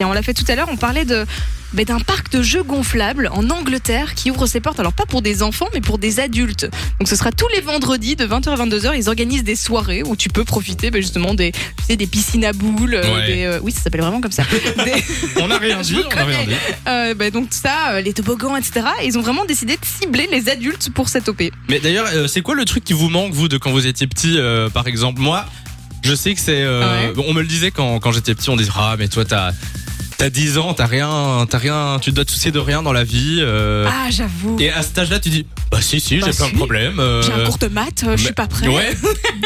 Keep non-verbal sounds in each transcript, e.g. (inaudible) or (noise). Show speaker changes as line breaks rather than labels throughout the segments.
Et on l'a fait tout à l'heure, on parlait de ben, d'un parc de jeux gonflables en Angleterre qui ouvre ses portes, alors pas pour des enfants, mais pour des adultes. Donc ce sera tous les vendredis de 20h à 22h, ils organisent des soirées où tu peux profiter ben, justement des, tu sais, des piscines à boules, euh,
Ouais.
des, euh, oui ça s'appelle vraiment comme
(laughs)
ça, Des-
On n'a rien
Je
dit,
vous
on n'a rien
connais.
dit.
euh, ben, donc ça, euh, les toboggans, etc. Et ils ont vraiment décidé de cibler les adultes pour cette OP.
Mais d'ailleurs, euh, c'est quoi le truc qui vous manque, vous, de quand vous étiez petit, euh, par exemple Moi, je sais que c'est. euh,
Ouais.
bon, On me le disait quand, quand j'étais petit, on disait Ah, mais toi, t'as. T'as 10 ans, t'as rien, t'as rien, tu dois te soucier de rien dans la vie. euh,
Ah j'avoue,
Et à cet âge-là, tu dis, bah si, si, j'ai
Bah,
plein
si.
de problèmes. euh,
j'ai un cours de maths, euh, je suis
mais-
pas prêt.
Ouais.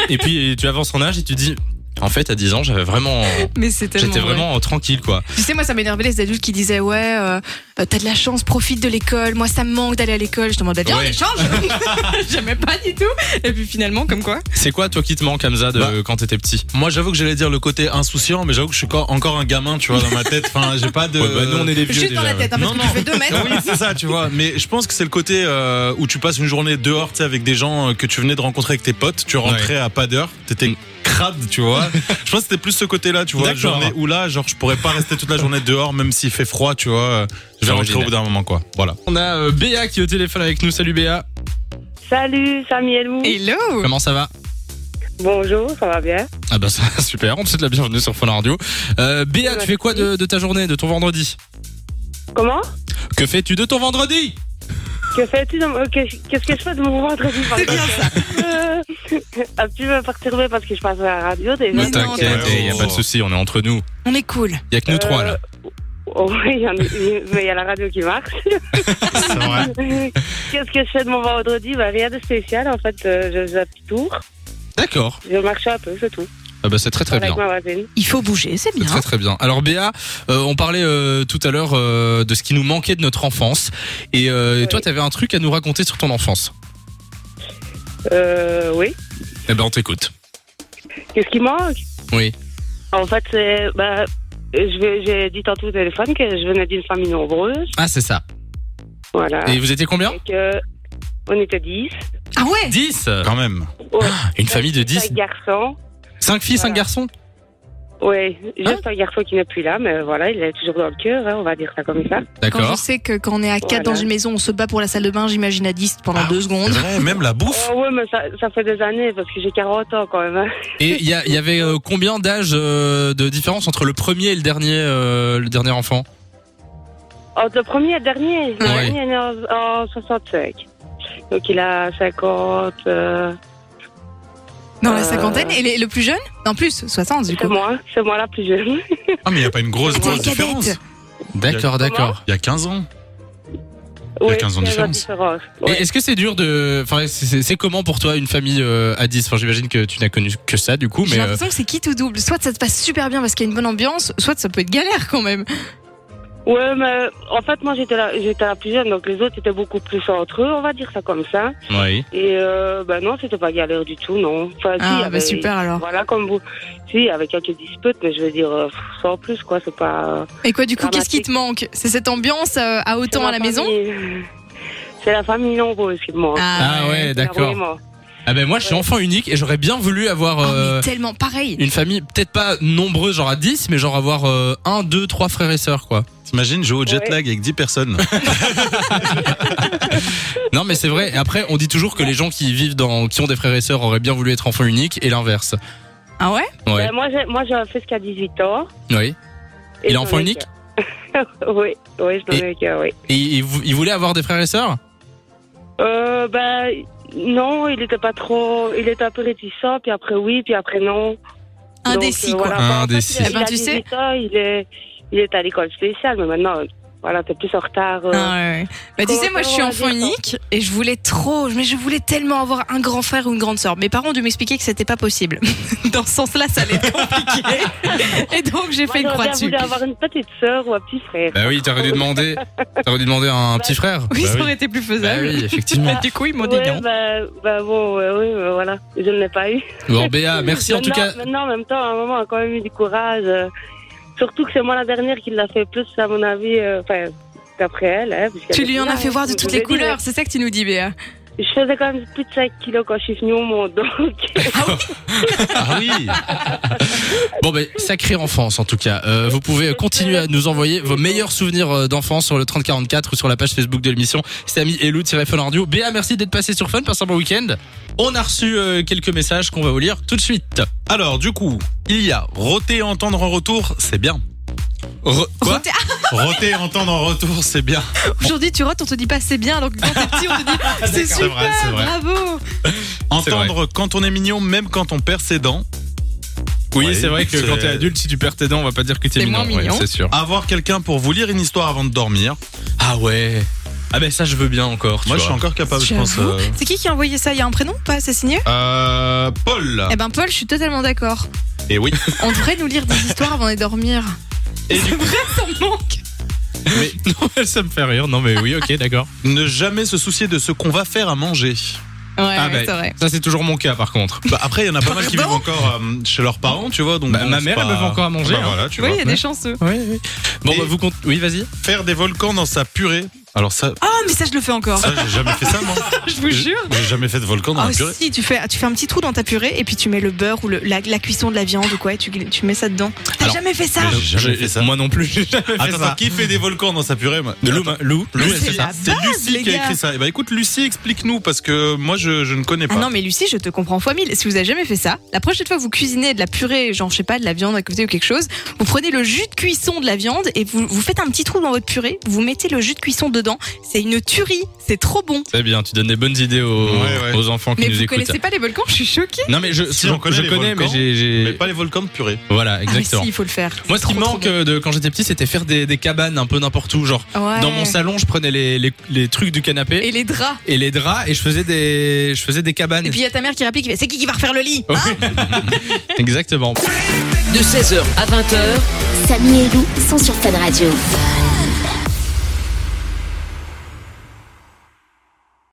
et puis tu avances en âge et tu dis, en fait, à 10 ans,
(laughs)
j'avais vraiment,
Mais c'était
j'étais vraiment tranquille, quoi.
Tu sais, moi, ça m'énervait les adultes qui disaient Ouais, euh, euh, t'as de la chance, profite de l'école. Moi, ça me manque d'aller à l'école. Je demande Viens, on
Ouais.
échange (laughs) J'aimais pas du tout. Et puis finalement, comme quoi
C'est quoi, toi, qui te manque, Hamza, de
Bah.
quand t'étais petit
Moi, j'avoue que j'allais dire le côté insouciant, mais j'avoue que je suis co- encore un gamin, tu vois, dans ma tête. Enfin, j'ai pas de.
Ouais, bah, nous, on est des vieux
Juste
déjà.
dans la tête, hein, parce
Non,
que
non.
tu fais deux mètres.
(laughs) Oui, c'est ça, tu vois. Mais je pense que c'est le côté euh, où tu passes une journée dehors, tu sais, avec des gens euh, que tu venais de rencontrer avec tes potes. Tu rentrais à pas d'heure, t'étais crade, tu vois. je pense que c'était plus ce côté-là, tu vois.
Mm. D'accord.
Journée où là, genre, je pourrais pas rester toute la journée dehors, même s'il fait froid, tu vois. euh,
C'est
Je vais rentrer au
original.
bout d'un moment, quoi. Voilà.
On a euh, Béa qui est au téléphone avec nous. Salut Béa.
Salut, Samy et Lou.
Hello
Comment ça va
Bonjour, ça va bien
Ah bah ça va, super, on te souhaite la bienvenue sur Fun Radio. Euh, Béa,
Ouais,
tu fais quoi de, de ta journée, de ton vendredi
Comment
Que fais-tu de ton vendredi
Que fais-tu dans... euh, que- Qu'est-ce que je fais de mon vendredi
C'est bien ça.
ça. Tu me perturber parce que je passe à la radio déjà.
Mais non,
T'inquiète,
t'inquiète.
il y a pas de souci, on est entre nous.
On est cool.
Il y a que nous trois là.
Oh, oui, il y en a- mais il y a la radio qui marche.
C'est vrai.
(laughs) Qu'est-ce que je fais de mon vendredi bah, Rien de spécial en fait. euh, je fais un petit tour.
(laughs) D'accord.
Je marche un peu, c'est tout.
Ah bah c'est très très bien.
avec ma voisine.
Il faut bouger, c'est
C'est
bien.
Très très bien. Alors Béa, euh, on parlait euh, tout à l'heure euh, de ce qui nous manquait de notre enfance et euh,
Oui.
toi t'avais un truc à nous raconter sur ton enfance.
Euh, oui.
Eh ben on t'écoute.
Qu'est-ce qui manque
Oui.
En fait, c'est. Bah, je vais- j'ai dit tantôt au téléphone que je venais d'une famille nombreuse.
Ah c'est ça.
Voilà.
Et vous étiez combien
Et que. On était 10.
Ah ouais
10
Quand même.
Ouais.
Une famille de 10
Cinq garçons.
5 filles, 5
Voilà.
garçons
Oui, juste
Hein
un garçon qui n'est plus là, mais voilà, il est toujours dans le cœur, hein, on va dire ça comme ça.
Quand je
D'accord.
sais que quand on est à 4
Voilà.
dans une maison, on se bat pour la salle de bain, j'imagine à 10
Ah.
pendant 2 secondes.
Ouais, même la
(laughs)
bouffe.
Oh, ouais, mais ça, ça fait des années, parce que j'ai 40 ans quand même. hein.
Et il y, a- il y avait euh, combien d'âges euh, de différence entre le premier et le dernier, euh, le dernier enfant
Entre Oh, le premier et le dernier, le
Ouais.
dernier est né en, en 65. Donc il a 50, euh,
Dans la
Euh.
cinquantaine. Et les- le plus jeune En plus, 60 du
c'est
coup.
moi, c'est moi la
(laughs)
plus jeune.
Ah, mais il y a pas une grosse,
T'es la
grosse différence.
cadette.
D'accord, d'accord.
Il y a 15 ans.
Il
y a 15 ans de différence.
Et
Ouais.
Est-ce que c'est dur de, enfin, c'est- c'est c'est comment pour toi une famille euh, à 10 Enfin, j'imagine que tu n'as connu que ça du coup,
J'ai
mais euh,
l'impression que c'est quitte ou double. Soit ça se passe super bien parce qu'il y a une bonne ambiance, soit ça peut être galère quand même.
Ouais, mais en fait, moi j'étais la, j'étais la plus jeune, donc les autres étaient beaucoup plus entre eux, on va dire ça comme ça.
oui.
Et euh, ben non, c'était pas galère du tout, non. Enfin, si, il y
Ah bah
avait-
super alors.
Voilà, comme vous. Si, avec quelques disputes, mais je veux dire, euh, pff, sans plus, quoi, c'est pas. euh,
Et quoi, du coup, qu'est-ce
Dramatique.
qui te manque C'est cette ambiance euh, à autant à la maison
maison C'est la famille nombreuse qui me manque.
Ah ouais, d'accord.
Énormément.
Ah ben moi, je suis
Ouais.
enfant unique et j'aurais bien voulu avoir
Ah,
euh,
mais tellement pareil.
une famille, peut-être pas nombreuse, genre à 10, mais genre avoir euh, un, deux, trois frères et sœurs, quoi.
T'imagines jouer au jet
Ouais.
lag avec 10 personnes.
Non, mais c'est vrai. Et après, on dit toujours que les gens qui vivent dans, qui ont des frères et sœurs, auraient bien voulu être enfant unique et l'inverse.
Ah ouais
Ouais.
Ben, moi, j'ai, moi, j'ai fait jusqu'à 18 ans.
Oui.
Et
Il est
j'en ai
enfant unique
qu'un. (laughs) Oui, oui, je n'en ai qu'un, oui.
Et ils vou- ils voulaient avoir des frères et sœurs
Euh, ben, non, il était pas trop. Il était un peu réticent, puis après, oui, puis après, non. Donc,
Indécis,
euh,
quoi.
voilà. Ben, en fait,
Indécis.
il a-
Eh ben,
il a
tu sais-
18 ans, il est, il est à l'école spéciale, mais maintenant, euh, voilà, t'es plus en retard. euh,
Ah ouais. Bah, tu sais, moi je suis
Comment
enfant
on va dire
unique et je voulais trop, mais je voulais tellement avoir un grand frère ou une grande sœur. Mes parents ont dû m'expliquer que c'était pas possible. (laughs) Dans ce sens-là, ça allait être
(laughs)
compliqué. Et donc j'ai
Moi,
fait une
j'aurais
croix
bien
dessus.
voulu avoir une petite sœur ou un petit frère.
Bah oui, t'aurais dû demander, t'aurais dû demander un petit frère.
(laughs) Oui,
Bah
ça aurait été plus
Bah
faisable.
oui, effectivement.
(laughs) Mais Du coup, ils m'ont dit
Ouais,
non.
bah, bah bon, ouais, ouais, bah voilà, je ne l'ai pas eu.
Bon, Béa,
Ah,
merci en tout
Maintenant-
cas.
Maintenant, en même temps, ma maman a quand même eu du courage. euh, surtout que c'est moi la dernière qui l'a fait plus, à mon avis, euh, enfin, d'après elle. hein, puisqu'elle
Tu
était
lui en
là,
as fait
hein,
voir de
je
toutes les
vous l'ai dit,
couleurs, c'est ça que tu nous dis, Béa.
mais- Je faisais quand même plus de 5 kilos quand je suis venue au monde,
(laughs)
donc
Ah oui (laughs) Bon, ben, sacrée enfance en tout cas. Euh, vous pouvez continuer à nous envoyer vos meilleurs souvenirs euh, d'enfance sur le 3044 ou sur la page Facebook de l'émission. Samy Elou, Fun Radio. Béa, merci d'être passé sur Fun, passe un bon week-end. On a reçu euh, quelques messages qu'on va vous lire tout de suite.
Alors, du coup, il y a roter et entendre en retour, c'est bien. Re-
(laughs)
quoi
Roter- Ah,
Roter et entendre en retour, c'est bien.
Aujourd'hui, tu rotes, on te dit pas c'est bien, alors que quand t'es petit, on te
Ah,
dit c'est
C'est
super,
vrai, c'est vrai.
bravo.
Entendre quand on est mignon, même quand on perd ses dents.
Oui,
Ouais,
c'est vrai que
c'est-
quand t'es adulte, si tu perds tes dents, on va pas dire que t'es
C'est
mignon.
moins mignon.
c'est sûr.
Avoir quelqu'un pour vous lire une histoire avant de dormir.
Ah ouais. Ah ben ça, je veux bien encore. tu
Moi, je
vois.
suis encore capable, je pense.
J'avoue.
euh,
C'est qui qui a envoyé ça Il y a un prénom ou pas C'est signé
Euh,
(laughs)
Paul.
Eh ben Paul, je suis totalement d'accord.
Et oui.
On devrait nous lire des histoires avant de dormir.
Et
C'est vrai, ça me manque.
(laughs) Non, ça me fait rire. Non mais oui, ok, d'accord.
Ne jamais se soucier de ce qu'on va faire à manger.
Ouais,
Ah
ouais,
ben,
c'est vrai.
Ça, c'est toujours mon cas par contre.
Bah, après, il y en a pas mal qui
Pardon
vivent encore euh, chez leurs parents, tu vois. Donc
Bah,
bon,
ma
c'est
mère, elle
pas-
me fait encore à manger,
Bah,
hein.
voilà, tu
Oui, il y
vois.
a des chanceux.
Oui, oui. Bon,
Et-
bah, vous compte. Oui, vas-y.
Faire des volcans dans sa purée. Alors ça,
Ah, mais ça, je le fais encore.
ça j'ai jamais fait ça, moi.
(laughs) je vous jure.
J'ai jamais fait de volcan dans
Ah
la purée.
si, tu fais, tu fais un petit trou dans ta purée et puis tu mets le beurre ou le- la, la cuisson de la viande ou quoi et tu, tu mets ça dedans. T'as
Alors,
jamais fait ça
mais J'ai jamais fait ça.
Moi non plus, j'ai jamais fait
Attends,
ça.
attends, qui fait des volcans dans sa purée moi
De Lou,
Attends,
Lou, Lou,
Lou,
c'est
ça.
la
C'est
base,
Lucie
les
qui a
gars.
écrit ça. Et bah écoute, Lucie, explique-nous parce que moi je, je ne connais
Ah
pas.
non mais Lucie, je te comprends fois mille. Si vous avez jamais fait ça, la prochaine fois que vous cuisinez de la purée, genre je sais pas de la viande à côté ou quelque chose, vous prenez le jus de cuisson de la viande et vous, vous faites un petit trou dans votre purée, vous mettez le jus de cuisson dedans. C'est une tuerie, c'est trop bon.
C'est bien, tu donnes des bonnes idées aux,
Ouais, ouais.
aux enfants qui
Mais
nous
vous
écoutent.
connaissez pas les volcans, je suis choquée.
Non mais je,
Si,
je,
on connaît
je
les
connais, mais
volcans,
j'ai, j'ai-
Mais pas les volcans de purée.
voilà,
Ah, mais
exactement.
si, il faut le faire.
Moi, ce
C'est
qui
trop, trop
manque
bien.
euh, de quand j'étais petit, c'était faire des, des cabanes un peu n'importe où. Genre,
Ouais.
dans mon salon, je prenais les, les, les trucs du canapé
Et les draps.
et, les draps et je faisais des, je faisais des cabanes.
Et puis il y a ta mère qui réplique, c'est qui qui va refaire le lit
Oui. Exactement.
de 16h à 20h.
Samy et Lou sont sur Fan Radio.